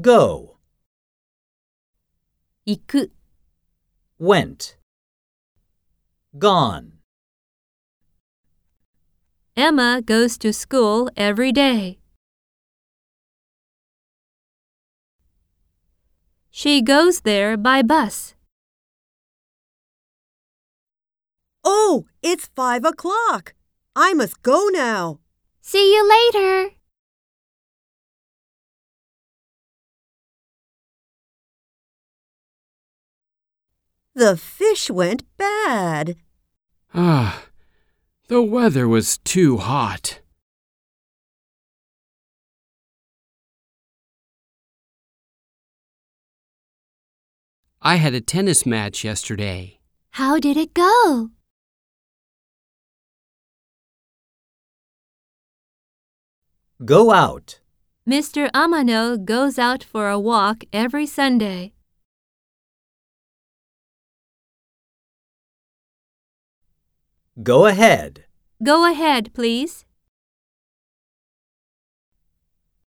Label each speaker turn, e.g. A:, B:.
A: Go,
B: 行く、
A: went. Gone,
B: Emma goes to school every day. She goes there by bus.
C: Oh, it's five o'clock. I must go now.
B: See you later.
C: The fish went bad.
D: Ah, the weather was too hot. I had a tennis match yesterday.
B: How did it go?
A: go out.
B: Mr. Amano goes out for a walk every Sunday.
A: Go ahead.
B: Go ahead, please.